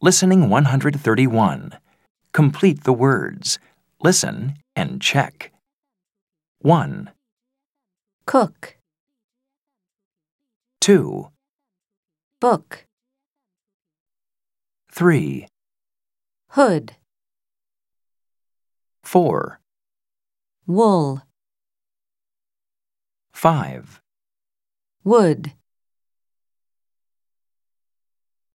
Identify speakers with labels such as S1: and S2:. S1: Listening 131. Complete the words. Listen and check. 1,
S2: cook,
S1: 2,
S2: book,
S1: 3,
S2: hood,
S1: 4,
S2: wool,
S1: 5.
S2: wood.